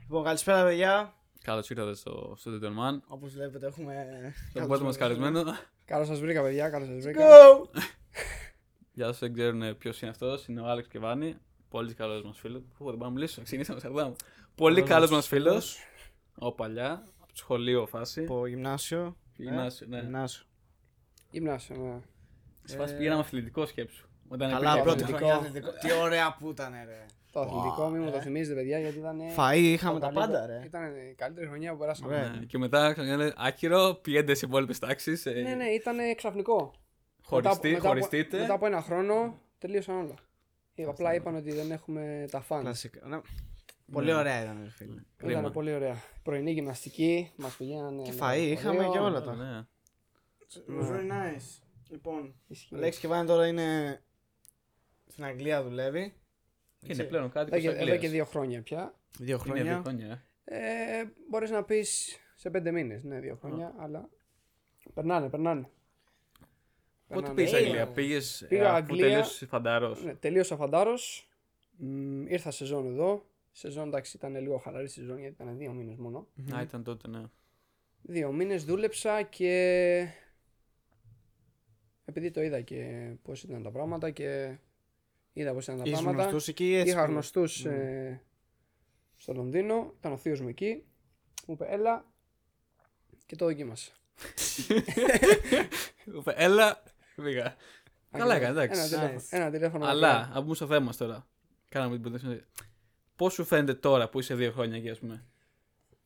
Λοιπόν, καλησπέρα, παιδιά. Καλώς ήρθατε στο Studio Don Man. Όπως βλέπετε, έχουμε. Τον πρώτο μα καλεσμένο. Καλώς σας βρήκα, παιδιά. Καλώς σας βρήκα. Go! Για όσους δεν ξέρουν ποιος είναι αυτός, είναι ο Άλεξ Κεβάνη. Πολύ καλός μας φίλος. Πού δεν πάω να μιλήσω, ξεκινήσαμε Αμστερντάμ. Πολύ Καλός καλός μας μας φίλος. φίλος. Ε, Ο παλιά, από το σχολείο φάση. Από γυμνάσιο. Γυμνάσιο, ναι. Γυμνάσιο. Γυμνάσιο, ναι. Σε φάση πήγαμε αθλητικό σκέψου. Όταν Καλά, πήγε- πρώτη αθλητικό. χρονιά αθλητικό. Τι ωραία που ήταν, ρε. Το αθλητικό, μην μου το θυμίζετε, παιδιά, γιατί ήταν. ε, Φαΐ ε. είχαμε τα πάντα, ρε. Ήταν ε, η καλύτερη χρονιά που περάσαμε. Ωραία. Ναι, Και μετά ξανά λένε, άκυρο, πηγαίνετε σε υπόλοιπες τάξεις. Ναι, ναι, ήταν ξαφνικό. Μετά Χωριστεί, από- μετά από- χωριστείτε. Μετά από ένα χρόνο τελείωσαν όλα. Ε, Απλά είπαν ότι δεν έχουμε τα φαν. Κλασικά. Ναι. Πολύ ωραία ήταν, ρε φίλε. Ήταν Κρίμα. πολύ ωραία. Πρωινή γυμναστική, μας πηγαίνανε. Και ένα φαΐ είχαμε σχολείο. και όλα Ναι, τα. ναι. It was very nice. Λοιπόν, Ισχύει. ο Λέξ Κεβάνη τώρα είναι στην Αγγλία δουλεύει. Είναι πλέον κάτι Εδώ και- που Εδώ και δύο χρόνια πια. Δύο χρόνια. χρόνια. χρόνια. Ε, Μπορείς να πεις σε πέντε μήνες, ναι, δύο χρόνια, αλλά. Περνάνε, περνάνε. Πότε Περνάνε. πήγες Ε, Αγγλία, πήγε. πήγα Αφού Αγγλία. τελείωσες φανταρό. Ναι, τελείωσα φαντάρο. Ήρθα σεζόν εδώ. Σεζόν εντάξει ήταν λίγο χαλαρή σεζόν γιατί ήταν δύο μήνες μόνο. Να ήταν τότε, ναι. Δύο μήνες δούλεψα και. Επειδή το είδα και πώς ήταν τα πράγματα και. Είδα πώς ήταν τα Ήσουν πράγματα. γνωστούς εκεί έτσι. Είχα γνωστούς Ναι. ε, στο Λονδίνο. Ήταν ο θείος μου εκεί. Μου είπε έλα και το δοκίμασα. Έλα, πήγα. Καλά έκανε, εντάξει. Ένα τηλέφωνο. Nice. Ένα τηλέφωνο Αλλά, μακριά. να μπούμε στο θέμα μας τώρα. Κάναμε την πρωτεύουσα. Πώς σου φαίνεται τώρα που είσαι δύο χρόνια εκεί, ας πούμε.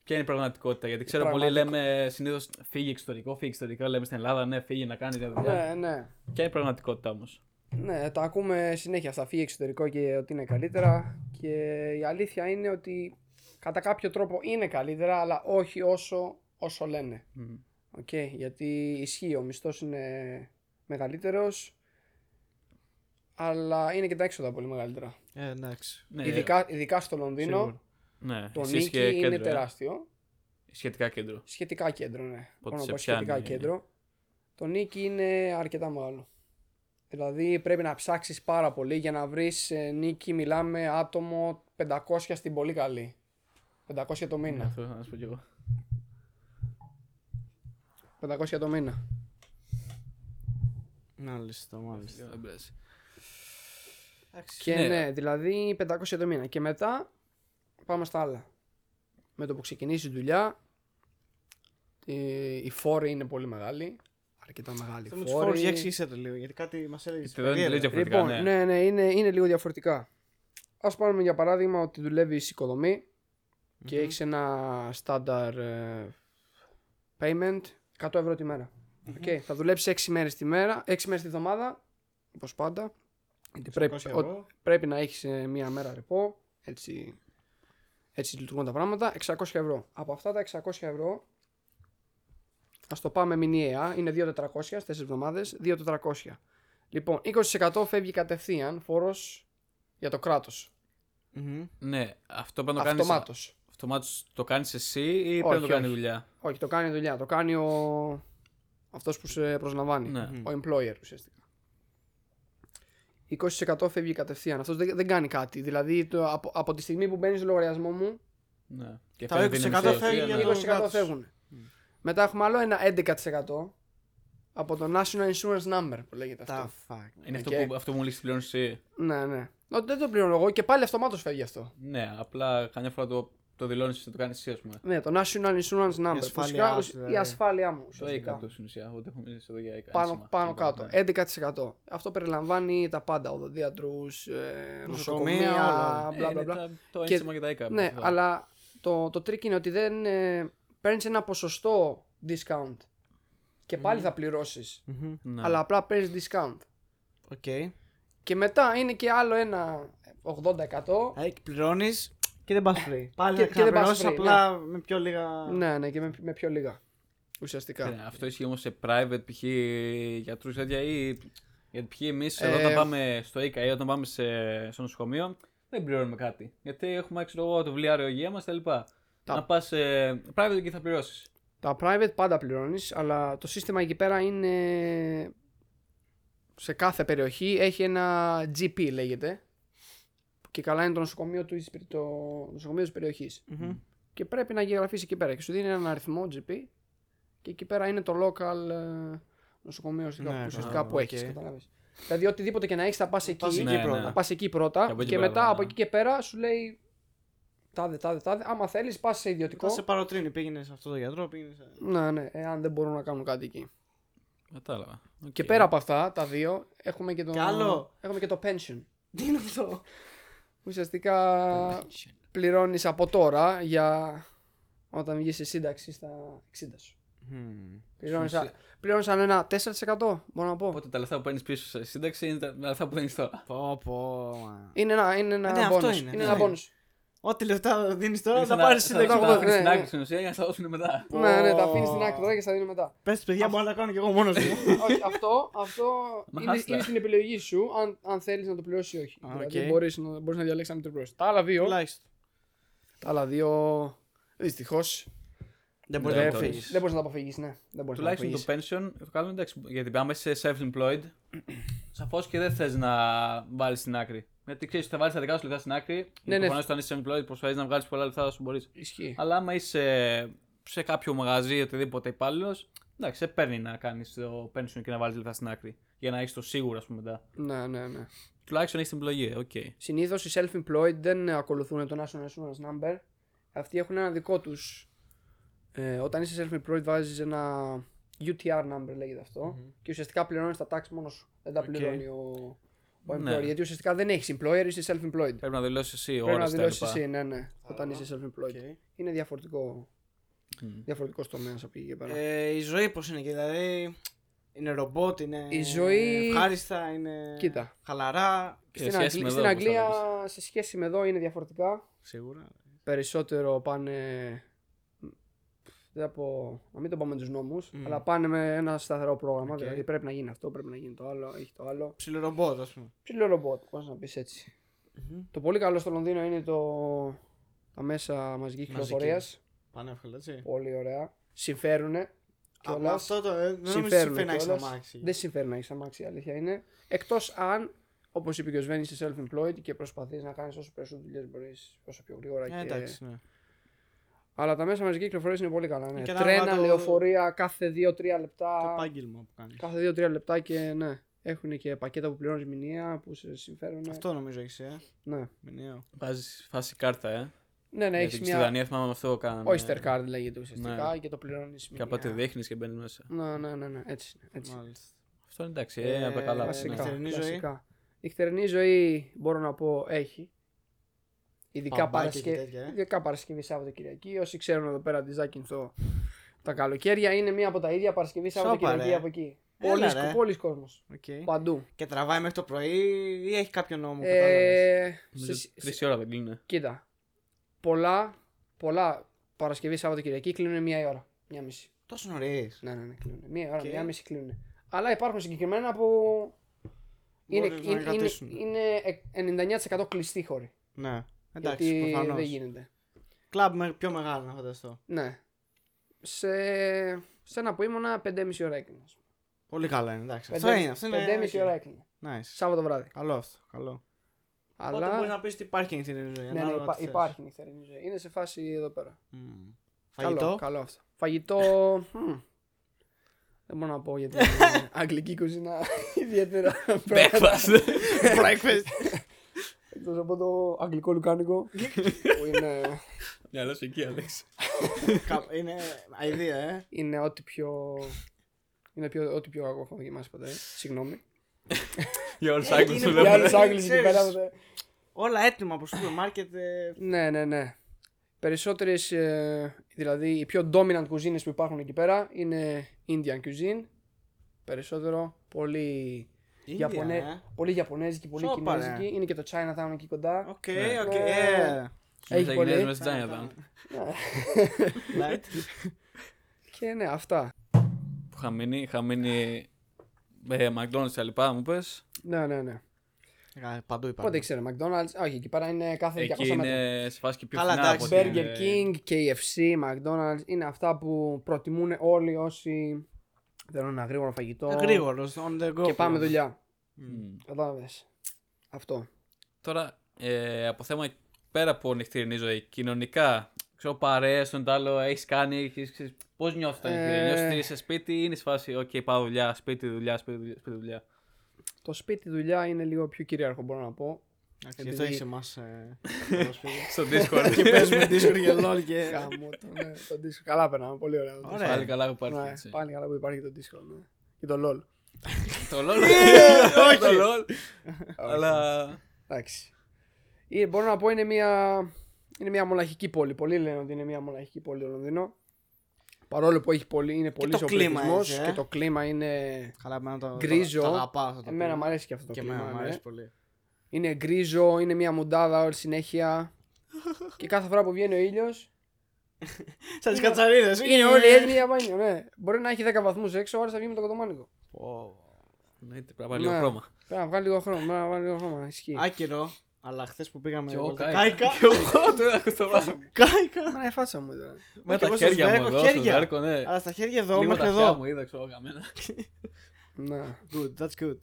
Ποια είναι η πραγματικότητα, Γιατί ξέρω πολλοί Πραγματικο- λέμε συνήθως φύγει εξωτερικό, φύγει εξωτερικό. Λέμε στην Ελλάδα, ναι, φύγει να κάνει τη δουλειά. Ναι, ναι. Ποια είναι η πραγματικότητα όμως. Ναι, τα ακούμε συνέχεια στα φύγει εξωτερικό και ότι είναι καλύτερα. Και η αλήθεια είναι ότι κατά κάποιο τρόπο είναι καλύτερα, αλλά όχι όσο, όσο λένε. Οκ, γιατί ισχύει, ο μισθός είναι μεγαλύτερος, αλλά είναι και τα έξοδα πολύ μεγαλύτερα. Ε, εντάξει. Ναι, ειδικά, ειδικά στο Λονδίνο, σίγουρα. ναι, το εσύ νίκη και είναι κέντρο, ε. τεράστιο. Σχετικά κέντρο. Σχετικά κέντρο, ναι. Μπορώ να σε πω σχετικά πιάνει. ε. κέντρο. Το νίκη είναι αρκετά μεγάλο. Δηλαδή πρέπει να ψάξεις πάρα πολύ για να βρεις ε, νίκη, μιλάμε άτομο 500 στην πολύ καλή. 500 το Ναι, μήνα. Αυτό θα σου πω κι εγώ. 500 το μήνα. Μάλιστα, μάλιστα. Δεν πειράζει. Και Ναι. ναι. δηλαδή 500 το μήνα. Και μετά πάμε στα άλλα. Με το που ξεκινήσει η δουλειά, ε, οι φόροι είναι πολύ μεγάλοι. Αρκετά μεγάλοι Θέλω με τους ε. φόρους φόροι. για εξήγησέ το λίγο, γιατί κάτι μας έλεγες. Εδώ είναι τελείως περίεργα. διαφορετικά. Λοιπόν, ναι, ναι, είναι, είναι λίγο διαφορετικά. Ας πάρουμε για παράδειγμα ότι δουλεύει οικοδομή και έχεις ένα στάνταρ ε, payment 100 ευρώ τη μέρα. Οκ, θα δουλέψεις 6 μέρες τη μέρα, 6 μέρες τη βδομάδα, όπως πάντα. Γιατί πρέπει, 200 ο- ευρώ. πρέπει να έχεις μία μέρα ρεπό. Έτσι, έτσι λειτουργούν τα πράγματα. 600 ευρώ. Από αυτά τα 600 ευρώ, α το πάμε μηνιαία, είναι 2.400 στις 4 εβδομάδες. 2.400. Λοιπόν, 20% φεύγει κατευθείαν φόρος για το κράτος. Μμμ. Ναι, αυτό πρέπει να το κάνεις. Αυτομάτως. το κάνεις εσύ ή πρέπει Όχι, να το κάνει όχι. δουλειά. Όχι, το κάνει η δουλειά. Το κάνει ο... αυτός που σε προσλαμβάνει. Ναι. Ο employer ουσιαστικά. 20% φεύγει κατευθείαν. Αυτός δεν, δεν κάνει κάτι. Δηλαδή, το, από, από τη στιγμή που μπαίνεις στο λογαριασμό μου, Ναι. Και Τα φαίνεται 20% είναι μισθός. φεύγει Ναι. για το- 20% κράτος. φεύγουν. Μετά έχουμε άλλο ένα 11% από το National Insurance Number που λέγεται Τα αυτό. fuck. Είναι αυτό Οκ. που, αυτό που μου λύσει πλέον εσύ. Ναι, ναι. Ότι δεν το πληρώνω εγώ και πάλι αυτομάτως φεύγει αυτό. Ναι, απλά καμιά φορά το, το δηλώνεις και το κάνεις εσύ, ας πούμε. Ναι, το National Insurance Number. ασφάλειά Φυσικά, σου, ουσ- δηλαδή. η ασφάλειά μου. ε, Το ουσιαστικά. A100 στην ουσία, εγώ το έχω μιλήσει εδώ για A100. πάνω, σήμα. πάνω Λοιπόν, κάτω. ναι. 11%. Αυτό περιλαμβάνει τα πάντα. Οδοντίατρου, Νοσοκομεία, ε, νοσοκομεία, όλα. μπλα Ε, μπλα είναι μπλα. τα- Το Και- ένσημα και τα A100. Ναι, αυτά. αλλά το, το trick είναι ότι δεν ε, παίρνεις ένα ποσοστό discount και πάλι θα πληρώσεις. Μμμ. Mm. Ναι. Αλλά απλά παίρνεις discount. Οκ. Ε, Και μετά είναι και άλλο ένα 80%. Ε, Πληρώνεις και δεν πας free. Πάλι Και- θα και δεν πας ξαναπληρώσεις free, απλά με πιο λίγα... ναι, ναι, και με, με πιο λίγα. Ουσιαστικά. Ναι, Αυτό ισχύει όμως σε private π.χ. γιατρούς τέτοια ή. Γιατί π.χ. εμείς όταν Ε, πάμε στο ΙΚΑ ή όταν πάμε σε, στο νοσοκομείο δεν πληρώνουμε κάτι. Γιατί έχουμε ξέρω εγώ, το βιβλιάριο υγείας μας κτλ. Τα- Να πας σε private και θα πληρώσεις. Τα private πάντα πληρώνεις, αλλά το σύστημα εκεί πέρα είναι σε κάθε περιοχή έχει ένα GP λέγεται και καλά είναι το νοσοκομείο, του, το νοσοκομείο της περιοχης και πρέπει να γεγραφεί εκεί πέρα. Και σου δίνει έναν αριθμό GP και εκεί πέρα είναι το local ε, νοσοκομείο ουσιαστικά, Ναι, που- ουσιαστικά κατάλαβα, που οκ. έχει. Καταλάβει. Δηλαδή, οτιδήποτε και να έχεις, θα πας εκεί. Πας εκεί Ναι, ναι. πρώτα. Να πας εκεί πρώτα Και και, από εκεί πέρα, μετά ναι. από εκεί και πέρα σου λέει τάδε, τάδε, τάδε. Άμα θέλεις, πας σε ιδιωτικό. Μετά σε παροτρύνει, πήγαινες σε αυτό το γιατρό, πήγαινες σε... Ναι, ναι, εάν δεν μπορούν να κάνουν κάτι εκεί. Κατάλαβα. Οκ. Και πέρα από αυτά, τα δύο, έχουμε και το, Κι άλλο. Έχουμε και το pension. Τι είναι αυτό. Ουσιαστικά πληρώνεις από τώρα για όταν βγεις σε σύνταξη στα 60 σου. Πληρώνεις, α- πληρώνεις αν ένα 4% μπορώ να πω. Οπότε τα λεφτά που παίρνεις πίσω σε σύνταξη είναι τα λεφτά που παίρνεις τώρα. Πω πω. μα. Είναι ένα, είναι ένα Ναι, αυτό bonus. είναι, Είναι ναι. ένα bonus. Ό,τι λεφτά δίνεις τώρα Ε, Δίνεις θα ένα- πάρει θα- θα σύνταξη. τα τα μετά. βγάλω. αφήνεις στην Ναι, άκρη ναι. στην ουσία για να τα δώσουν μετά. Πω. Ναι, ναι, τα αφήνεις στην άκρη τώρα και θα δίνει μετά. Πες παιδιά, μπορώ να κάνω κι εγώ μόνος μου. όχι, αυτό, αυτό Μα είναι, άστα. είναι, στην επιλογή σου αν, αν θέλεις να το πληρώσεις ή όχι. Α, Δηλαδή οκ. μπορείς, να, μπορείς να διαλέξεις να μην το πληρώσεις. Τα άλλα δύο, Τουλάχιστον. τα άλλα δύο δυστυχώς Δεν μπορείς μπορείς να να το φύγει. δεν μπορείς να τα αποφύγεις. Ναι, δεν μπορείς να τα Τουλάχιστον αποφύγεις. το pension το κάνουν εντάξει. Γιατί πάμε σε self-employed. Σαφώς και δεν θες να βάλεις στην άκρη. Γιατί ξέρεις ότι θα βάλεις τα δικά σου λεφτά στην άκρη. Ναι, ναι. Προφανώ όταν είσαι self-employed προσπαθείς να βγάλεις πολλά λεφτά όσο μπορείς. Ισχύει. Αλλά άμα είσαι σε κάποιο μαγαζί ή οτιδήποτε υπάλληλος, εντάξει, σε παίρνει να κάνεις το pension και να βάλεις λεφτά στην άκρη. Για να έχεις το σίγουρο, ας πούμε μετά. Ναι, ναι, ναι. Τουλάχιστον έχεις την επιλογή. Οκ. Συνήθως οι self-employed δεν ε, ακολουθούν το National Insurance Number. Αυτοί έχουν ένα δικό τους. Ε, όταν είσαι self-employed, βάζεις ένα UTR number, λέγεται αυτο Και ουσιαστικά πληρώνεις τα tax μόνο σου. Δεν τα Οκ. πληρώνει ο, ο employer. Ναι. Γιατί ουσιαστικά δεν έχεις employer, είσαι self-employed. Πρέπει να δηλώσεις εσύ ώρε. Πρέπει να δηλώσει εσύ, ναι, ναι, όταν είσαι self-employed. Οκ. Είναι διαφορετικό. Μμ. Διαφορετικός τομέας από εκεί και πέρα. Ε, η ζωή πώς είναι, και δηλαδή. Είναι ρομπότ, είναι. Η ζωή- Ευχάριστα, είναι. Κοίτα. Χαλαρά. σε στην σχέση Αγγλία, με στην εδώ, Αγγλία όπως σε σχέση με εδώ είναι διαφορετικά. Σίγουρα. περισσότερο πάνε. Δεν θα πω. Να μην το πάμε με τους νόμους, Mm. αλλά πάνε με ένα σταθερό πρόγραμμα. Δηλαδή πρέπει να γίνει αυτό, πρέπει να γίνει το άλλο, έχει το άλλο. Ψιλορομπότ, ας πούμε. Ψηλό ρομπότ, μπορεί να πεις έτσι. Το πολύ καλό στο Λονδίνο είναι το... τα μέσα μαζικής Μαζική. κυκλοφορίας. Πανεύκολα, έτσι. Πολύ ωραία. Συμφέρουνε. Από κιόλας. αυτό το. ε, Δεν νομίζω ότι Συμφέρουν συμφέρει να έχεις κιόλας. αμάξι. Δεν συμφέρει να έχεις αμάξι, η αλήθεια είναι. Εκτός αν, όπως είπε και ο Σβέν, είσαι self-employed και προσπαθείς να κάνεις όσο περισσότερες δουλειές μπορείς, όσο πιο γρήγορα Ε, και. Εντάξει, ναι. Αλλά τα μέσα μαζικής κυκλοφορίας είναι πολύ καλά. Ναι. Και να Τρένα, βάλω- λεωφορεία κάθε 2-3 Το λεπτά. επάγγελμα που κάνεις. Κάθε 2-3 λεπτά και ναι. Έχουν και πακέτα που πληρώνεις μηνιαία που σε συμφέρουν. Αυτό νομίζω έχεις, ε. Ναι, Μηνιαίο. Βάζεις φάση κάρτα, ε. ναι, ναι Γιατί έχεις Στη μια. Δανία θυμάμαι αυτό κάναμε. Oyster card λέγεται ουσιαστικά Ναι. και το πληρώνεις Και μηνιαία. από τη δείχνεις και μπαίνεις μέσα. Ναι, ναι, ναι, ναι, έτσι. είναι, έτσι. Μάλιστα. Αυτό είναι εντάξει, Ε, ε, από τα καλά. βασικά. ναι. Κλασικά. νυχτερινή ζωή. κλασικά. Νυχτερινή ζωή μπορώ να πω έχει. Ειδικά, Παμπάκια Παρασκε... και τέτοια, ε. Ειδικά Παρασκευή, Σάββατο, Κυριακή. Όσοι ξέρουν εδώ πέρα τη Ζάκυνθο τα καλοκαίρια είναι μία από τα ίδια Παρασκευή, Σάββατο, Σόπα, Κυριακή ρε. από εκεί. Έλα, Πολλοί ρε. Ε, σκο- Πολλοί κόσμος. Οκ. Παντού. Και τραβάει μέχρι το πρωί ή έχει κάποιο νόμο. κατάλαβες. Ε, σε- Νομίζω σε- Τρει ώρα δεν κλείνει. Κοίτα. Πολλά, πολλά Παρασκευή, Σάββατο, Κυριακή κλείνουν μία η ώρα. Μία μισή. Τόσο νωρίς. Ναι, ναι, ναι, κλείνουν. Μία ώρα, Και- μία μισή κλείνουν. Αλλά υπάρχουν συγκεκριμένα που. Είναι, Μπορείς να είναι, είναι, κρατήσουν. είναι 99% κλειστή χώρη. Ναι. γιατί Εντάξει, προφανώς. δεν γίνεται. Κλαμπ με- πιο μεγάλο να φανταστώ. Ναι. Σε, σε ένα που ήμουνα 5,5 ώρα έκλεινα. Πολύ καλά είναι, εντάξει. Αυτό είναι. Αυτό είναι. 5,5 ώρα έκλεινα. Nice. Σάββατο βράδυ. Καλό αυτό. Καλό. Αλλά... Οπότε Αλλά. μπορείς να πεις ότι υπάρχει νυχτερινή ζωή. Ναι, ναι, ανάλογα υπά- τι θες. υπάρχει νυχτερινή ζωή. Είναι σε φάση εδώ πέρα. Μμμ. Καλό, Φαγητό. καλό αυτό. Φαγητό. μμ, Δεν μπορώ να πω γιατί η αγγλική κουζίνα ιδιαίτερα. Breakfast. Breakfast. Εκτός από το αγγλικό λουκάνικο. που είναι, Μυαλός εκεί, Ε, Αλέξη. Κα- είναι αηδία, ε. είναι ό,τι πιο. Είναι πιο, ό,τι πιο κακό έχω δοκιμάσει ποτέ. Συγγνώμη. Για όλους του Ε, Άγγλους είναι σου πολύ Για λέω. άλλο. άλλου Άγγλους εκεί Ξέρεις. πέρα. ποτέ. Όλα έτοιμα από σούπερ μάρκετ. ε, Ναι, ναι, ναι. Περισσότερες, δηλαδή οι πιο dominant κουζίνε που υπάρχουν εκεί πέρα είναι Indian cuisine. Περισσότερο, πολύ, Ίνδια, Ιαπωνέ... ε. πολύ Ιαπωνέζικη, πολύ Σόπα, ρε. Κινέζικη. Είναι και το Chinatown εκεί κοντά. Οκ, Ναι. οκ. Ναι. ε. Έχει πολύ. Μέσα στην Chinatown. Ναι. Light. και ναι, αυτά. Που είχα μείνει, είχα μείνει. ε, McDonald's και τα λοιπά, μου πες. Ναι, ναι, ναι. Ε, Παντού Πότε υπάρχει. ξέρω, McDonald's. Όχι, εκεί πέρα είναι κάθε 200 Εκεί Ε, μέτρα. είναι σε φάση και πιο Καλά, φθηνά από εντάξει, ότι είναι- Burger King, KFC, McDonald's είναι αυτά που προτιμούν όλοι όσοι θέλουν ένα γρήγορο φαγητό. Ε, Γρήγορος, on the go. Και πάμε δουλειά. Μμμ. Κατάλαβες. Αυτό. Τώρα, ε, από θέμα πέρα από νυχτερινή ζωή, κοινωνικά ξέρω, παρέες, τον τ' άλλο έχεις κάνει. έχεις- ξέρεις, Πώς νιώθεις όταν Ε. ε... νιώθεις ότι είσαι σπίτι ή είναι σε φάση, οκ, πάω δουλειά, σπίτι, δουλειά, σπίτι, δουλειά. Σπίτι, δουλειά. Το σπίτι δουλειά είναι λίγο πιο κυρίαρχο, μπορώ να πω. Εντάξει, γι' αυτό Επειδή- έχεις εμάς ε, Στο Discord. Και παίζουμε Discord και LOL και... Γάμο το, ναι, το Discord. Καλά περνάμε, πολύ ωραία. το Ε. Ωραία. Discord. Πάλι καλά που υπάρχει. Ναι, έτσι. πάλι καλά που υπάρχει το Discord. Ναι. Και το LOL. Το LOL. όχι. Ε, Το LOL. Αλλά. Εντάξει. Ή, μπορώ να πω είναι μια, είναι μια μοναχική πόλη. Πολλοί λένε ότι είναι μια μοναχική πόλη το Λονδίνο. Παρόλο που έχει πολύ, είναι πολύ το κλίμα έτσι, ε. και το κλίμα είναι. Καλά, εμένα το, Γκρίζο. το αγαπάω αυτό το Εμένα κλίμα. μου αρέσει και αυτό το Και κλίμα. εμένα μου ναι. αρέσει πολύ. Είναι γκρίζο, είναι μια μουντάδα όλη συνέχεια. και κάθε φορά που βγαίνει ο ήλιος. Σαν τις κατσαρίδες. Είναι όλοι έτοιμοι για μπάνιο, ναι. Μπορεί να έχει 10 βαθμούς έξω, αλλά θα βγει με το κοτομάνικο. Εννοείται, πρέπει να πάρει λίγο Ναι. χρώμα. Πρέπει να βγάλει λίγο χρώμα, πρέπει να βγάλει λίγο χρώμα. Ισχύει. Άκυρο, αλλά χθες που πήγαμε... Κι εγώ βόλτα- κάηκα. Κάηκα. Εγώ τώρα έχω στο βάθο. Κάηκα. Μα η φάτσα μου δηλαδή. τώρα. Με Και τα εγώ στο χέρια σβέρκο, μου εδώ, στο χέρια. δάρκο, ναι. Αλλά στα χέρια εδώ, Λίγο μέχρι τα αυτιά εδώ. μου είδα, ξέρω, καμένα. Ναι. Good, that's good.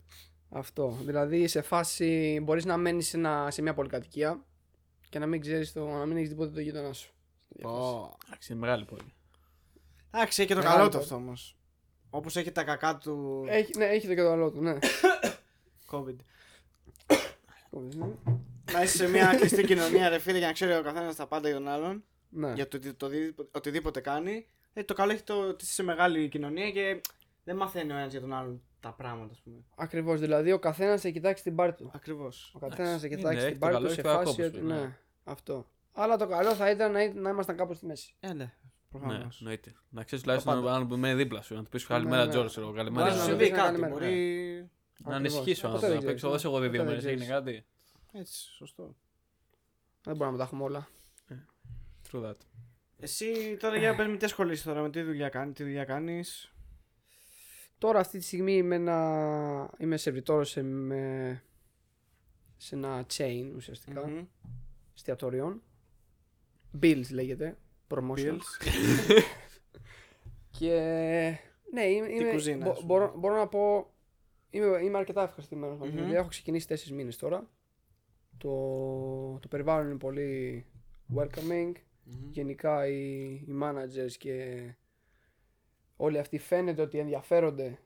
Αυτό. Δηλαδή σε φάση μπορείς να μένεις σε, ένα- σε μια πολυκατοικία και να μην ξέρεις το. να μην έχεις τίποτα το γείτονά σου. Πω. Εντάξει, είναι μεγάλη πόλη. Εντάξει, έχει και το Μεγάλο καλό του το. αυτό όμως. Όπως έχει τα κακά του Έχει, ναι, έχει το και το άλλο του, ναι. COVID. Κόβεις, ναι. Να είσαι σε μια κλειστή κοινωνία, ρε φίλε, για να ξέρει ο καθένας τα πάντα για τον άλλον. ναι. Για το, ότι- το, δι- οτιδήποτε κάνει. Ε, το καλό έχει το ότι είσαι σε μεγάλη κοινωνία και δεν μαθαίνει ο ένας για τον άλλον τα πράγματα, ας πούμε. Ακριβώς. Δηλαδή ο καθένας θα κοιτάξει την πάρη του. Ακριβώς. Ο καθένας θα είναι, κοιτάξει έχει την το πάρη καλό, του έχει σε το κακό, φάση όπως ότι. είναι. Ναι, αυτό. Αλλά το καλό θα ήταν να, ή- να ήμασταν κάπου στη μέση. Ε, ναι, Ναι, προφανώ. εννοείται. Να ξέρεις τουλάχιστον πάντα. αν μένει δίπλα σου, να του πεις Ναι, καλημέρα ναι. Τζόρ, ξέρω, Μπορεί να καλημέρα. σου Μάλιστα. Τζόρτζ». συμβεί Μάλιστα. κάτι. Μάλιστα. Μπορεί. Να Ακριβώς. ανησυχεί ο Ποτέ άνθρωπο. δεν ξέρεις, Παίξω, δώσε εγώ ποτέ δύο δεν μέρες, έγινε ξέρεις. κάτι. ναι. Έτσι, σωστό. Δεν μπορούμε να τα έχουμε όλα. True that. Εσύ τώρα για πες με τι ασχολείσαι τώρα, με τι δουλειά κάνει, τι δουλειά κάνεις. Τώρα αυτή τη στιγμή είμαι, ένα... είμαι σερβιτόρος σε, με- σε ένα chain ουσιαστικά. εστιατοριών. Bills λέγεται. Promotion. Και ναι, είμαι, είμαι- κουζίνα, μπο- ας πούμε. μπορώ, μπορώ να πω. Είμαι, είμαι αρκετά ευχαριστημένος με τη Μμμ. δουλειά. Έχω ξεκινήσει τέσσερις μήνες τώρα. Το, το περιβάλλον είναι πολύ welcoming. Γενικά οι, οι managers και όλοι αυτοί φαίνεται ότι ενδιαφέρονται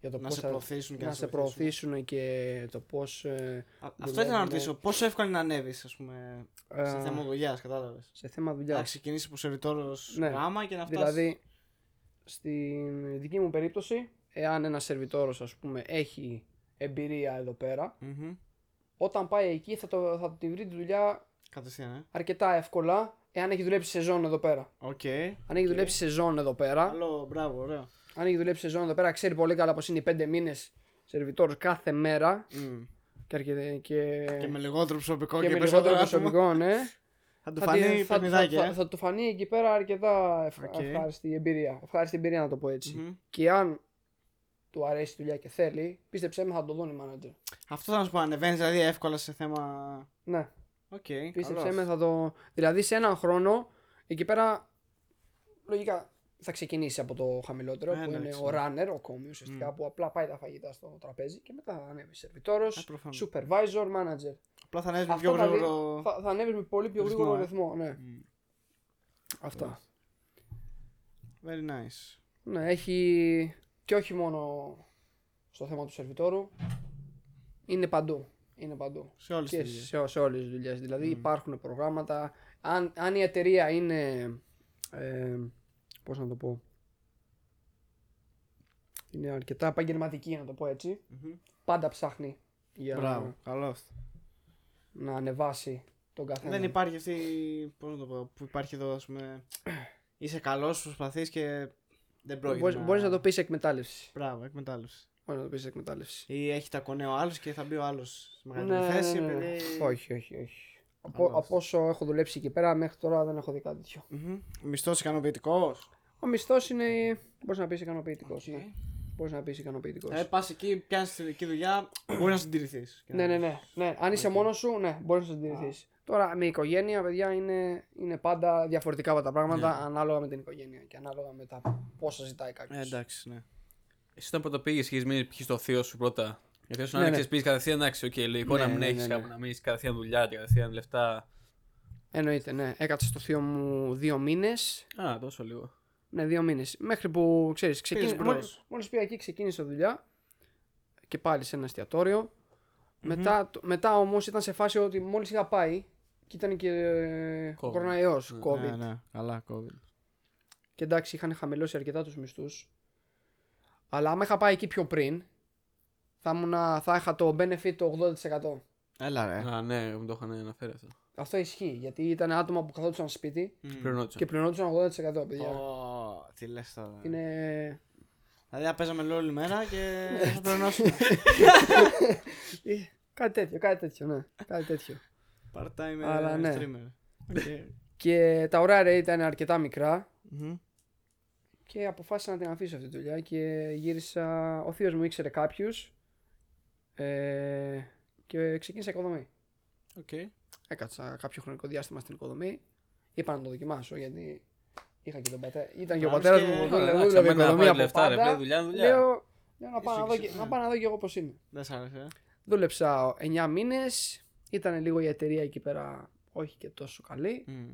για το Να πώς σε θα- προωθήσουν και να σε προωθήσουν και το πώς ε, Α- Αυτό ήθελα να ρωτήσω, πόσο εύκολο είναι να ανέβεις, ας πούμε, σε ε, θέμα δουλειάς, κατάλαβες. σε θέμα δουλειάς. Να ξεκινήσεις που σερβιτόρος Ναι. γάμα και να φτάσεις. Δηλαδή, στην δική μου περίπτωση, εάν ένας σερβιτόρος ας πούμε έχει εμπειρία εδώ πέρα, όταν πάει εκεί θα, το, θα τη βρει τη δουλειά Κατευθείαν, ε. αρκετά εύκολα, εάν έχει δουλέψει σεζόν εδώ πέρα. Οκ. Αν έχει δουλέψει σεζόν εδώ πέρα, Καλό, μπράβο, ωραίο. αν έχει δουλέψει σεζόν εδώ πέρα, ξέρει πολύ καλά πως είναι οι πέντε μήνες σερβιτόρος κάθε μέρα Μμμ. και, αρκετέ- και, Και με λιγότερο προσωπικό Ε. και και, με περισσότερο λιγότερο άτομο. προσωπικό, ναι. Θα του θα, τη- φανεί θα, θα, παιχνιδάκι, θα, ε. θα του φανεί εκεί πέρα αρκετά ευχα- Οκ. ευχάριστη εμπειρία. Ευχάριστη εμπειρία να το πω έτσι. Μμμ. Και αν του αρέσει η δουλειά και θέλει, πίστεψέ με θα το δουν οι manager. Αυτό θα σου πω, ανεβαίνεις δηλαδή εύκολα σε θέμα. Ναι, Οκ. πίστεψέ καλώς. με θα το. Δηλαδή σε έναν χρόνο εκεί πέρα λογικά θα ξεκινήσει από το χαμηλότερο Ε, που είναι εντάξει. ο runner, ο κόμι ουσιαστικά που απλά πάει τα φαγητά στο τραπέζι και μετά θα ανέβει σερβιτόρο, Ε, προφανώς. supervisor, manager. Απλά θα ανέβει πιο Αυτό θα δει- γρήγορο. Θα, θα ανέβει με πολύ πιο ρυθμό, γρήγορο ε. ρυθμό. Ναι. Μμ. Αυτά. Very nice. Ναι, έχει και όχι μόνο στο θέμα του σερβιτόρου. Είναι παντού. Είναι παντού. Σε όλες Και τις δουλειές. σε, σε όλες τις δουλειές. Δηλαδή υπάρχουν προγράμματα. Αν, αν η εταιρεία είναι... Ε, πώς να το πω... Είναι αρκετά επαγγελματική, να το πω έτσι. Πάντα ψάχνει για Μπράβο, καλό αυτό. να ανεβάσει τον καθένα. Δεν υπάρχει αυτή. Πώς να το πω, που υπάρχει εδώ, ας πούμε. Είσαι καλός, προσπαθείς και δεν πρόκειται. μπορείς, μπορείς να το πεις εκμετάλλευσης. Μπράβο, εκμετάλλευσης. Μπορείς να το πεις εκμετάλλευση. Ή έχει τα κονέ ο άλλος και θα μπει ο άλλος σε μεγαλύτερη Ναι, θέση. ναι, ναι, ναι. επειδή- Όχι, όχι, όχι. Από, Καλώς. από όσο έχω δουλέψει εκεί πέρα, μέχρι τώρα δεν έχω δει κάτι τέτοιο. Μισθός ικανοποιητικός. Ο μισθός είναι. Μπορείς να πεις ικανοποιητικός. Ναι. Μπορείς να πεις ικανοποιητικός. Ε, πας εκεί, πιάνεις την εκεί δουλειά, μπορείς να συντηρηθείς. Ναι, ναι, ναι. ναι. Αν είσαι μόνος σου, ναι, μπορείς να συντηρηθείς. Τώρα με οικογένεια, παιδιά, είναι, είναι πάντα διαφορετικά τα πράγματα ανάλογα με την οικογένεια και ανάλογα με τα πόσα ζητάει κάποιος. Ναι. Ε, εντάξει, ναι. Εσύ όταν πρώτα πήγες και είχες μείνει π.χ. στο θείο σου πρώτα. Γιατί όσο Ναι, να ναι. ξέρει, πήγες κατευθείαν εντάξει, οκ, λογικό Ναι, να μην ναι, ναι, έχει ναι. κάπου να μείνει κατευθείαν δουλειά και κατευθείαν λεφτά. Εννοείται, ναι. Έκατσα στο θείο μου δύο μήνες. Α, τόσο λίγο. Ναι, δύο μήνες. Μέχρι που ξέρεις, ξεκίνησε. μπρος. Μόλις πήγα εκεί, ξεκίνησε δουλειά. Και πάλι σε ένα εστιατόριο. Μετά, το- μετά όμως ήταν σε φάση ότι μόλις είχα πάει και ήταν και ε, ο COVID. κοροναϊό. Ναι, COVID. Ναι, ναι, καλά, COVID. Και εντάξει, είχαν χαμηλώσει αρκετά τους μισθούς. Αλλά άμα είχα πάει εκεί πιο πριν, θα, ήμουνα, θα είχα το benefit το 80%. Έλα ρε. Α, ναι, μου το είχαν αναφέρει αυτό. Αυτό ισχύει, γιατί ήταν άτομα που καθόντουσαν σπίτι Πληρωνόντουσαν. και πληρώνονταν 80% παιδιά. Ω, Τι λες τώρα. Είναι... Δηλαδή, θα παίζαμε LOL όλη μέρα και Ναι. θα περνάσουμε. Ε, Κάτι τέτοιο, κάτι τέτοιο, ναι. Κάτι τέτοιο. Part-time Αλλά ε, ναι. streamer. και τα ωράρια ήταν αρκετά μικρά Μμμ. και αποφάσισα να την αφήσω αυτή τη δουλειά και γύρισα... Ο θείος μου ήξερε κάποιους ε, και ξεκίνησα οικοδομή. Οκ. Έκατσα κάποιο χρονικό διάστημα στην οικοδομή. Είπα να το δοκιμάσω γιατί είχα και τον πατέρα. Ήταν και ο πατέρα και- μου που Ωραία, δούλευε εντάξει, δούλευε αμένα Ε, να οικοδομή πάρει από λεφτά, ρε, πάντα. πλέον δουλειά είναι δουλειά. Λέω, λέω να, πάω να, δω Είσαι και, ξε- να πάω να δω και εγώ πώς είναι. Δεν σ' άρεσε. ε. Δούλεψα 9 μήνες, ήταν λίγο η εταιρεία εκεί πέρα όχι και τόσο καλή. Μμ.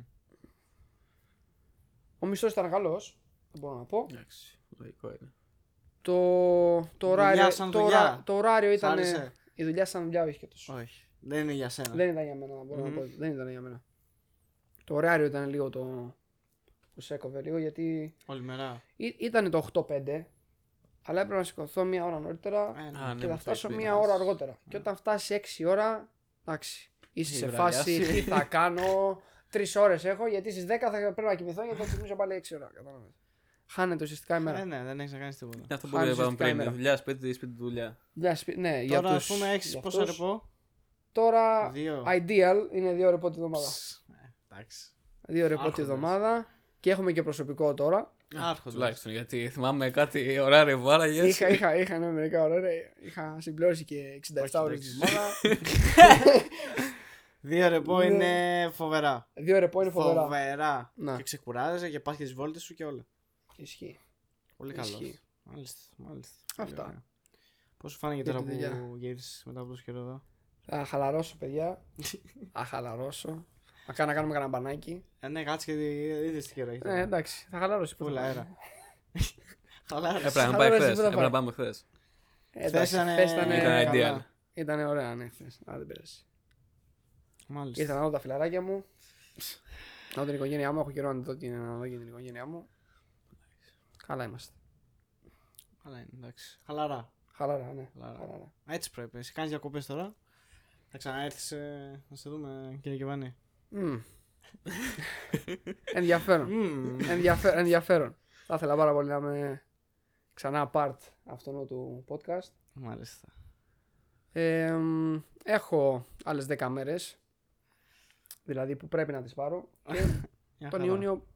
Ο μισθός ήταν καλός, δεν μπορώ να πω. Εντάξει, λογικό είναι. Το, το, Δουλειά ωράριο, σαν το, δουλειά. ωρα- το ωράριο Σ' ήταν... άρεσε. Η δουλειά σαν δουλειά όχι και τόσο. Όχι. Δεν είναι για σένα. Δεν ήταν για μένα, μπορώ Μμμ. να πω. Δεν ήταν για μένα. Το ωράριο ήταν λίγο το... που σέκοβε λίγο γιατί Όλη μέρα. ή- ήταν το 8-5 αλλά έπρεπε να σηκωθώ μία ώρα νωρίτερα Ε, ναι. Α, ναι, και θα μου το φτάσω έχεις πει. μία ώρα αργότερα. Και όταν φτάσει 6 ώρα, εντάξει, είσαι Έχει σε βραδιά. φάση τι θα κάνω. Τρεις ώρες έχω γιατί στις 10 θα πρέπει να κοιμηθώ γιατί θα ξυπνήσω πάλι 6 ώρα. Κατάλαβες. Χάνεται ουσιαστικά η Ε, μέρα. ναι, δεν έχεις να κάνεις τίποτα. Είναι αυτό που είπαμε Χάνεις ουσιαστικά πριν. ημέρα. Δουλειά, σπίτι, σπίτι, δουλειά. Για σπι- Ναι, για Τώρα, α τους- πούμε, έχεις για πόσα αυτούς. ρεπό. Τώρα Δύο. ideal είναι δύο ρεπό τη βδομάδα. Ε, Εντάξει. Δύο ρεπό τη Άρχοντας. βδομάδα και έχουμε και προσωπικό τώρα. Άρχοντας. Τουλάχιστον γιατί θυμάμαι κάτι ωράριο που Ε, άραγε. Είχα, είχα, είχα ναι, μερικά ώρα. ρε. Είχα συμπληρώσει και 67 ώρε τη εντάξει. βδομάδα. Δύο ρεπό Ναι. είναι φοβερά. Δύο ρεπό είναι φοβερά. Φοβερά. Ναι. Και ξεκουράζεσαι και πας και τις βόλτες σου και όλα. Ισχύει. Πολύ καλό. Ισχύει. Μάλιστα. μάλιστα. Αυτά. Πολύ ωραία. Πώς σου φάνηκε Για τώρα τη δουλειά. που γύρισες μετά από τόσο καιρό εδώ. Θα χαλαρώσω, παιδιά. Θα χαλαρώσω. Μακά να κάνουμε κανένα μπανάκι. Ε, ναι, κάτσε και είδες τι καιρό έχει. Ναι, εντάξει, θα χαλαρώσει. που θα Φούλα πάμε. αέρα. Καλά, ρε. Έπρεπε να Χαλάρωσες πάει χθε. που θα Έπρεπε πάει. να πάμε χθες. Ε, Εντάξει, Χθες χθες ήτανε- ήταν. Ήταν ideal. καλά. Ήταν ωραία, ναι, χθες. Αλλά δεν πειράζει. Ήρθα Μάλιστα. να δω τα φιλαράκια μου. Να δω την οικογένειά μου. Έχω καιρό να δω την, να δω και την οικογένειά μου. Καλά είμαστε. Καλά είναι, εντάξει. Χαλαρά. Χαλαρά, ναι. Χαλαρά. Χαλαρά. Α, Έτσι πρέπει. Εσύ κάνεις διακοπές τώρα. Θα ξαναέρθεις ε, να σε δούμε, κύριε Κιβάνη. Μμμ. ενδιαφέρον. ενδιαφέρον. ενδιαφέρον. Θα ήθελα πάρα πολύ να είμαι ξανά part αυτού του podcast. Μάλιστα. Ε, μ, έχω άλλες 10 μέρες. Δηλαδή που πρέπει να τις πάρω. Και Μια τον χαρά. Ιούνιο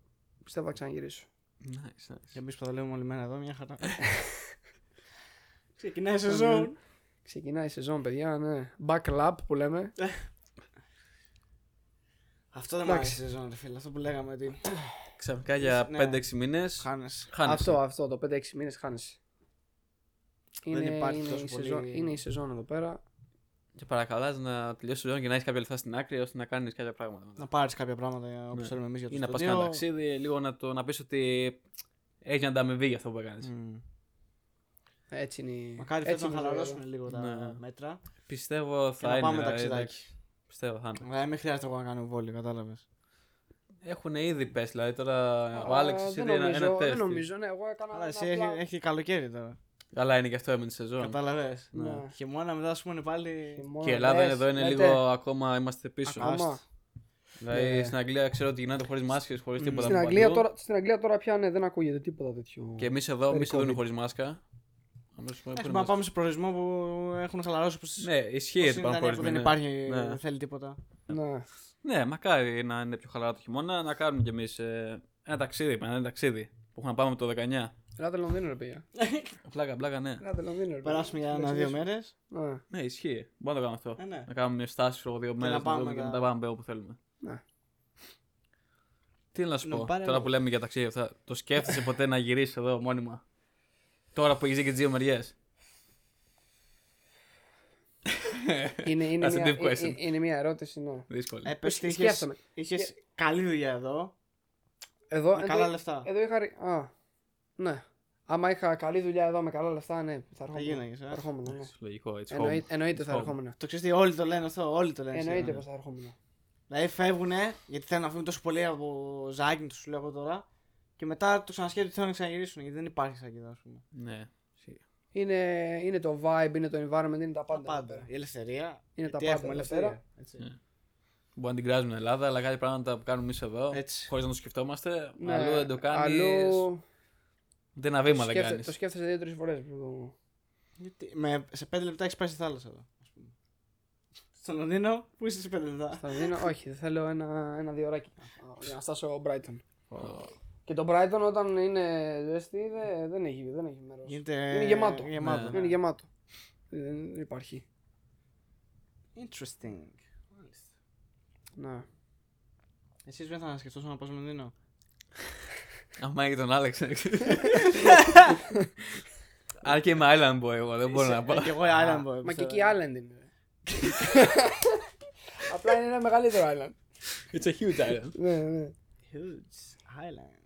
πιστεύω θα ξαναγυρίσω. Nice, nice. Και εμείς που τα λέμε όλη μέρα εδώ, μια χαρά. Ξεκινάει η σεζόν. Ξεκινάει η σεζόν, παιδιά, ναι. Backlab που λέμε. Αυτό δεν μου Εντάξει. αρέσει η σεζόν, ρε φίλε. Αυτό που λέγαμε ότι Ξαφνικά για Ναι. 5-6 μήνε. χάνε. Αυτό, αυτό, το 5-6 μήνες χάνεσαι. Δεν υπάρχει είναι, τόσο η πολύ- σεζόν, είναι η σεζόν εδώ πέρα. Και παρακαλάς να τελειώσεις η ζωή και να έχεις κάποια λεφτά στην άκρη ώστε να κάνεις κάποια πράγματα. μετά. Να πάρεις κάποια πράγματα όπως Ναι. θέλουμε εμείς για το Ή να πας στούντιο. ένα ταξίδι, λίγο να, το, να πεις ότι έχει ανταμοιβή για αυτό που έκανες. Mm. Μμμ. Έτσι είναι. η- Μακάρι έτσι φέτο να είναι η ζωή εδώ. χαλαρώσουν λίγο τα Ναι. μέτρα Πιστεύω και θα να είναι. πάμε δηλαδή, ταξιδάκι. εντάξει. Πιστεύω θα είναι. Δηλαδή, μην χρειάζεται εγώ να κάνω βόλιο, κατάλαβες. Έχουν ήδη πέσει, δηλαδή τώρα ο Α, Άλεξ Ε, δεν ήδη ένα, νομίζω, ένα τεστ. Δεν νομίζω, ναι, εγώ έκανα. Αλλά ένα εσύ απλά- έχει, έχει καλοκαίρι τώρα. Καλά είναι και αυτό έμεινε σεζόν. Κατάλαβε. Ναι. Χειμώνα μετά, ας πούμε πάλι. Χειμώνα, Και η Ελλάδα λες, εδώ είναι λέτε, λίγο ακόμα είμαστε πίσω. Ακόμα. Άστο. Δηλαδή Ναι. στην Αγγλία ξέρω ότι γινάται χωρίς μάσκες, χωρίς Μμ. τίποτα. Στην από Αγγλία, παντού. τώρα, στην Αγγλία τώρα πια ναι, δεν ακούγεται τίποτα τέτοιο. Και εμείς εδώ, εμείς Περί εδώ είναι COVID. χωρίς μάσκα. Αμέσως πούμε, Ε, χωρίς Πρέπει να μάσκα. πάμε σε προορισμό που έχουν χαλαρώσει όπως Ναι, ισχύει ότι πάμε χωρί που δεν υπάρχει, Ναι. δεν θέλει τίποτα. Ναι. Ναι, μακάρι να είναι πιο χαλαρά το χειμώνα, να κάνουμε κι εμείς ένα ταξίδι. Ένα ταξίδι που έχουμε να πάμε το 19. Ελάτε Λονδίνο, ρε παιδιά. Πλάκα, πλάκα, ναι. Ελάτε Λονδίνο, ρε παιδιά. Περάσουμε για Να ένα-δύο ξυπνήσουμε. μέρες. Ναι. Ναι, ισχύει. Μπορούμε να το κάνουμε αυτό. Ε, ναι. Να κάνουμε μια στάση ξέρω εγώ, δύο μέρες να να πάμε δούμε και τα- μετά πάμε όπου θέλουμε. Ναι. Τι να σου Να πω, πάρε τώρα ένα. που λέμε για ταξίδια αυτά, το σκέφτεσαι ποτέ να γυρίσεις εδώ μόνιμα. Τώρα που έχεις και τις δύο μεριές. είναι, είναι, That's a μια, ε, deep question. είναι- είναι μια ερώτηση, ναι. Δύσκολο. Ε, πες, Σκε- είχες- σκέφτομαι. Ε, είχες καλή δουλειά εδώ. Εδώ, με εν καλά τω- λεφτά. Εδώ είχα. ρι- Α, ναι. Άμα είχα καλή δουλειά εδώ με καλά λεφτά, ναι, θα Θα ερχόμουν. γίναγες, Θα ε. ερχόμουν, ναι. Λογικό, έτσι. Εννοεί- εννοείται It's θα home. ερχόμουν. Το ξέρεις τι, όλοι το λένε αυτό. Όλοι το λένε. Εννοείται σήμερα. πως θα ερχόμουν. Δηλαδή φεύγουνε γιατί θέλουν να φύγουν τόσο πολύ από Ζάγκη, τους λέω εγώ τώρα. Και μετά το ξανασκέφτονται ότι θέλουν να ξαναγυρίσουν γιατί δεν υπάρχει Ζάγκη, ας πούμε. Ναι. Είναι, είναι το vibe, είναι το environment, είναι τα πάντα. Πάντα. πάντα. Η ελευθερία. Είναι γιατί τα πάντα έχουμε εδώ ελευθερία. πέρα. Έτσι. Ναι. Μπορεί να την κράζουμε Ελλάδα, αλλά κάτι πράγματα που κάνουμε εμείς εδώ, Έτσι. χωρίς να το σκεφτόμαστε, Ναι, αλλού δεν το κάνεις. αλλού Ούτε ένα βήμα δεν σκέφτε- κάνεις. Το σκέφτεσαι δύο-τρει φορές. Που... Γιατί με, σε 5 λεπτά έχεις πάει στη θάλασσα εδώ. ας πούμε. Στο Λονδίνο, πού είσαι σε 5 λεπτά. Θα δίνω, όχι, θέλω ένα, ένα δύο ωράκι για να στάσω Brighton. Και το Brighton όταν είναι ζεστή δε- δεν έχει, δεν έχει μέρος. Γίνεται... Είναι γεμάτο. γεμάτο, Ναι. ναι. Είναι γεμάτο. Δεν δεν υπάρχει. Interesting. Ναι. Εσείς δεν θα σκεφτόσουν να πάω στο Λονδίνο. Αμά για τον Άλεξ. ε. Αν και είμαι Island Boy, εγώ δεν μπορώ να πάω. Ε, Κι εγώ Island Boy. Μα και πιστεύω. εκεί Island είναι. ρε. Απλά είναι ένα μεγαλύτερο Island. It's a huge island. Ναι, ναι. Huge Island.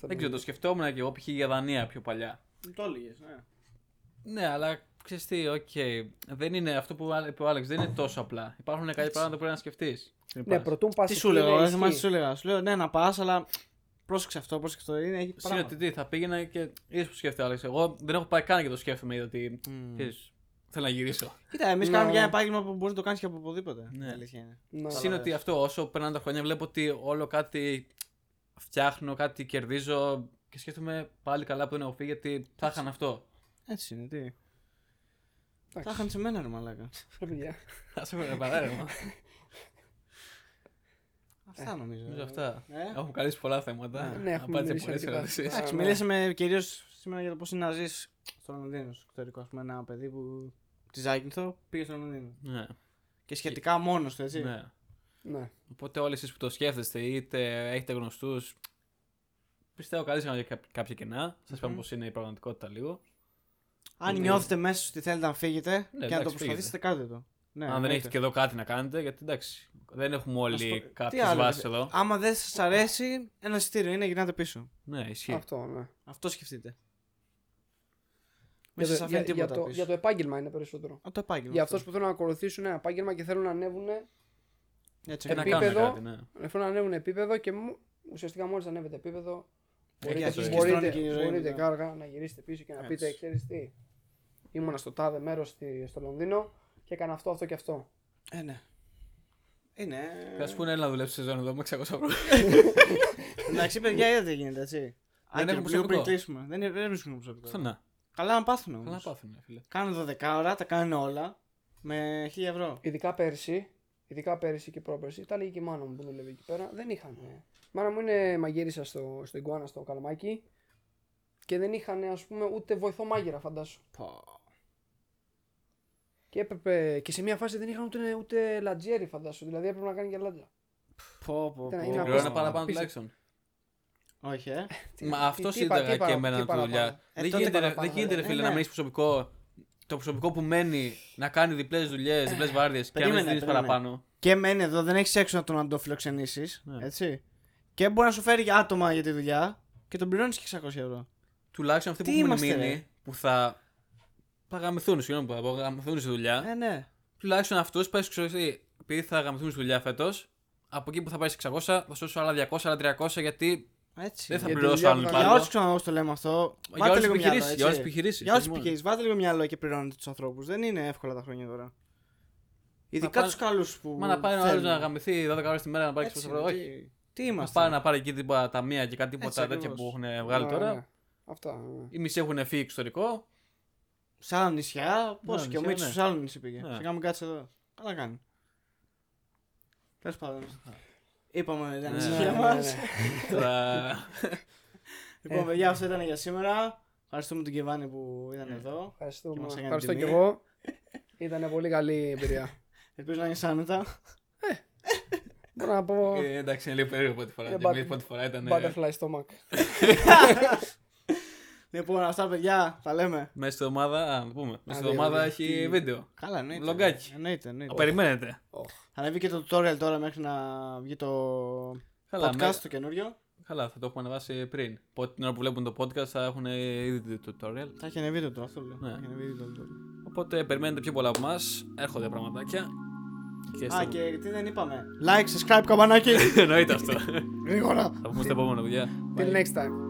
Δεν ξέρω, το σκεφτόμουν και εγώ π.χ. για Δανία πιο παλιά. Το έλεγες, ναι. Ναι, αλλά ξέρεις τι, οκ. Δεν είναι αυτό που είπε ο Άλεξ, δεν είναι τόσο απλά. Υπάρχουν κάποια πράγματα που πρέπει να σκεφτείς. Ναι, προτούν πα. Τι σου λέω, δεν θυμάμαι τι σου λέγα. Σου λέω ναι να πας, αλλά πρόσεξε αυτό, πρόσεξε αυτό. Είναι, έχει Συν πράγματα. ότι τι, θα πήγαινα και είδες που σκέφτεται ο Άλεξ. Εγώ δεν έχω πάει καν και το σκέφτομαι, είδα ότι. Μμμ. ξέρεις, Θέλω να γυρίσω. Κοίτα, εμείς Ναι. κάνουμε για ένα επάγγελμα που μπορείς να το κάνεις και από οπουδήποτε. Ναι. Η αλήθεια είναι. Συν ότι αυτό, όσο περνάνε τα χρόνια, βλέπω ότι όλο κάτι φτιάχνω, κάτι κερδίζω και σκέφτομαι πάλι καλά που είναι ο Φι, γιατί θα είχαν αυτό. Έτσι είναι, τι. Τα είχαν σε μένα ρε μαλάκα. Α πούμε ένα παράδειγμα. Ναι. Αυτά νομίζω. Νομίζω αυτά. Ε. Έχουμε καλύψει πολλά θέματα. Ναι, έχουμε Απάντησα μιλήσει πολλές αρκετά. ερωτήσεις. Εντάξει. Εντάξει, ναι. μιλήσαμε κυρίως σήμερα για το πώς είναι να ζεις στο Λονδίνο, στο εξωτερικό. Ας πούμε, ένα παιδί που της Ζάκυνθο πήγε στο Λονδίνο. Ναι, Και σχετικά μόνος του, έτσι. ναι. Ναι. Οπότε όλοι εσείς που το σκέφτεστε, είτε έχετε γνωστούς, πιστεύω καλύψαμε για κά- κάποια κενά. Σας είπαμε Μμμ. πως είναι η πραγματικότητα λίγο. Αν Ναι. νιώθετε μέσα σας ότι θέλετε να φύγετε Ναι, και να το εντάξει, προσπαθήσετε, κάντε το. Ναι, Αν δεν εννοείται. έχετε και εδώ κάτι να κάνετε, γιατί εντάξει, δεν έχουμε Να σου όλοι πω- τι κάποιες άλλο, βάσεις ρε. εδώ. Άμα δεν σας αρέσει, ένα εισιτήριο είναι, γυρνάτε πίσω. Ναι, ισχύει. Αυτό, ναι. Αυτό σκεφτείτε. Μην Για σα το- για- αφήνει Για τίποτα. το- πίσω. για το επάγγελμα είναι περισσότερο. Α, το επάγγελμα. Για αυτού που θέλουν να ακολουθήσουν ένα επάγγελμα και θέλουν να ανέβουν, Έτσι, Και να ακριβώς. κάνουμε επίπεδο- κάτι, ναι. θέλουν να ανέβουν επίπεδο και μου- ουσιαστικά μόλις ανέβετε επίπεδο. Εκεί Μπορείτε, αρχίζει μπορείτε, και στρώνει και η ζωή ναι. μπορείτε μετά. κάργα να γυρίσετε πίσω και να Έτσι. πείτε, ξέρεις τι, ήμουνα στο τάδε μέρος στο Λονδίνο και έκανα αυτό, αυτό και αυτό. Ε, ναι. Είναι. Θα σου πούνε, έλα να δουλέψει σεζόν εδώ με 600 ευρώ. Εντάξει, παιδιά, είδατε τι γίνεται, έτσι. Αν και έχουμε λίγο πριν προσωπικό. κλείσουμε. Δεν είναι- δεν βρίσκουμε προσωπικό. Ξανά. Καλά να πάθουν όμως. Καλά να ναι. πάθουν, φίλε. Κάνουν 12 ώρα, τα κάνουν όλα με 1000 ευρώ. Ειδικά πέρσι, ειδικά πέρσι και πρόπερσι, τα λέγει και η μάνα μου που δούλευε εκεί πέρα, δεν είχαν. ε. Η μάνα μου είναι μαγείρισα στο, στο Ιγκουάνα, στο Καλαμάκι και δεν είχαν, ας πούμε, ούτε βοηθό μάγειρα, φαντάσου. Και, έπρεπε, και σε μια φάση δεν είχαν ούτε, ούτε λατζέρι, φαντάσου. Δηλαδή έπρεπε να κάνει και λάτζα. Πω, πω, Ήταν- πω. είναι Πληρώνω απίστευτο. παραπάνω Απίστευτο. τουλάχιστον. Όχι, ε. Τι- Μα τι- αυτό τι είπα- τι σύνταγα είπα- και τι εμένα είπα να του παραπάνω. δουλειά. Ε, δεν, τότε γίνεται, ρε- παραπάνω, δεν γίνεται, ρε ε, φίλε, ναι. να μην έχει προσωπικό. Το προσωπικό που μένει να κάνει διπλές δουλειές, διπλές βάρδιες και να μην περίμενε, δίνει περίμενε. παραπάνω. Και μένει εδώ, δεν έχεις έξω να τον αντοφιλοξενήσεις. Ναι. Έτσι. Και μπορεί να σου φέρει άτομα για τη δουλειά και τον πληρώνεις και 600 ευρώ. Τουλάχιστον αυτοί Τι που έχουν είμαστε, μείνει, ρε? που θα. θα γαμηθούν, συγγνώμη που θα πω, γαμηθούν στη δουλειά. Ε, ναι. Τουλάχιστον αυτού πα εξωριστεί. Επειδή θα γαμηθούν στη δουλειά φέτος, από εκεί που θα πάρει 600, θα σώσω άλλα 200, άλλα 300, γιατί Έτσι. δεν θα Για- τη πληρώσω δουλειά άλλον που θα Για υπάλληλο. όσου ξαναδώ το λέμε αυτό. Για όλε Βάλτε τι λίγο μυαλό. έτσι. επιχειρήσει. Για λοιπόν. όλε τι επιχειρήσεις. Για όλε τι επιχειρήσει. Βάλτε λίγο μυαλό και πληρώνετε τους ανθρώπους. Δεν είναι εύκολα τα χρόνια τώρα. Ειδικά πάνε- του καλούς που. Μα να πάει ο άλλο θέλουν. να γαμηθεί 12 ώρες τη μέρα να πάρει 600 Έτσι, ευρώ. Όχι. τι- Τι Να είμαστε. πάρει να πάρει εκεί τίποτα ταμεία και κάτι Έτσι τίποτα τέτοια ακριβώς. που έχουν βγάλει Ναι, τώρα. ναι. Αυτά. ναι. Οι μισοί έχουν φύγει εξωτερικό. Σε άλλα νησιά, πώ Ναι, και ο νησιά, Μίτσος ναι. σε άλλο νησί πήγε. Ναι. Σε κάνουμε κάτσε εδώ. Καλά κάνει. Τέλος πάντων. Είπαμε τα Ναι. νησιά Ναι, μας. ναι, ναι. Τώρα- Λοιπόν, παιδιά, αυτό ήταν για σήμερα. Ευχαριστούμε τον Κιβάνη που ήταν Ναι. εδώ. Και Ευχαριστούμε. μας έκανε Ευχαριστώ τιμή. και εγώ. Ήταν πολύ καλή η εμπειρία. Ναι. Ελπίζω να είναι άνετα. Μπορώ να πω Ε, Εντάξει, είναι λίγο περίεργο πρώτη φορά. Είναι Και εμείς button- πρώτη φορά ήταν. ε, butterfly stomach. Λοιπόν, αυτά παιδιά, τα λέμε. Μέσα στην εβδομάδα, α, να το πούμε. Μέσα στην Α, εβδομάδα δύο, έχει βίντεο. Καλά, εννοείται. Βλογκάκι. Εννοείται, εννοείται. Το περιμένετε. Θα ανέβει και το tutorial τώρα μέχρι να βγει το Καλά, podcast με- το καινούριο. Καλά, θα το έχουμε ανεβάσει πριν. Πο- Την ώρα που βλέπουν το podcast θα έχουν ήδη το tutorial. Θα έχει ανεβεί το τώρα, αυτό λέω. Ναι. Θα έχει ανεβεί το tutorial. Οπότε περιμένετε πιο πολλά από εμάς. Έρχονται πραγματάκια. Και Α, στο- και τι δεν είπαμε. Like, subscribe, καμπανάκι. Εννοείται αυτό. Γρήγορα. Θα πούμε στο επόμενο, παιδιά. Till next time.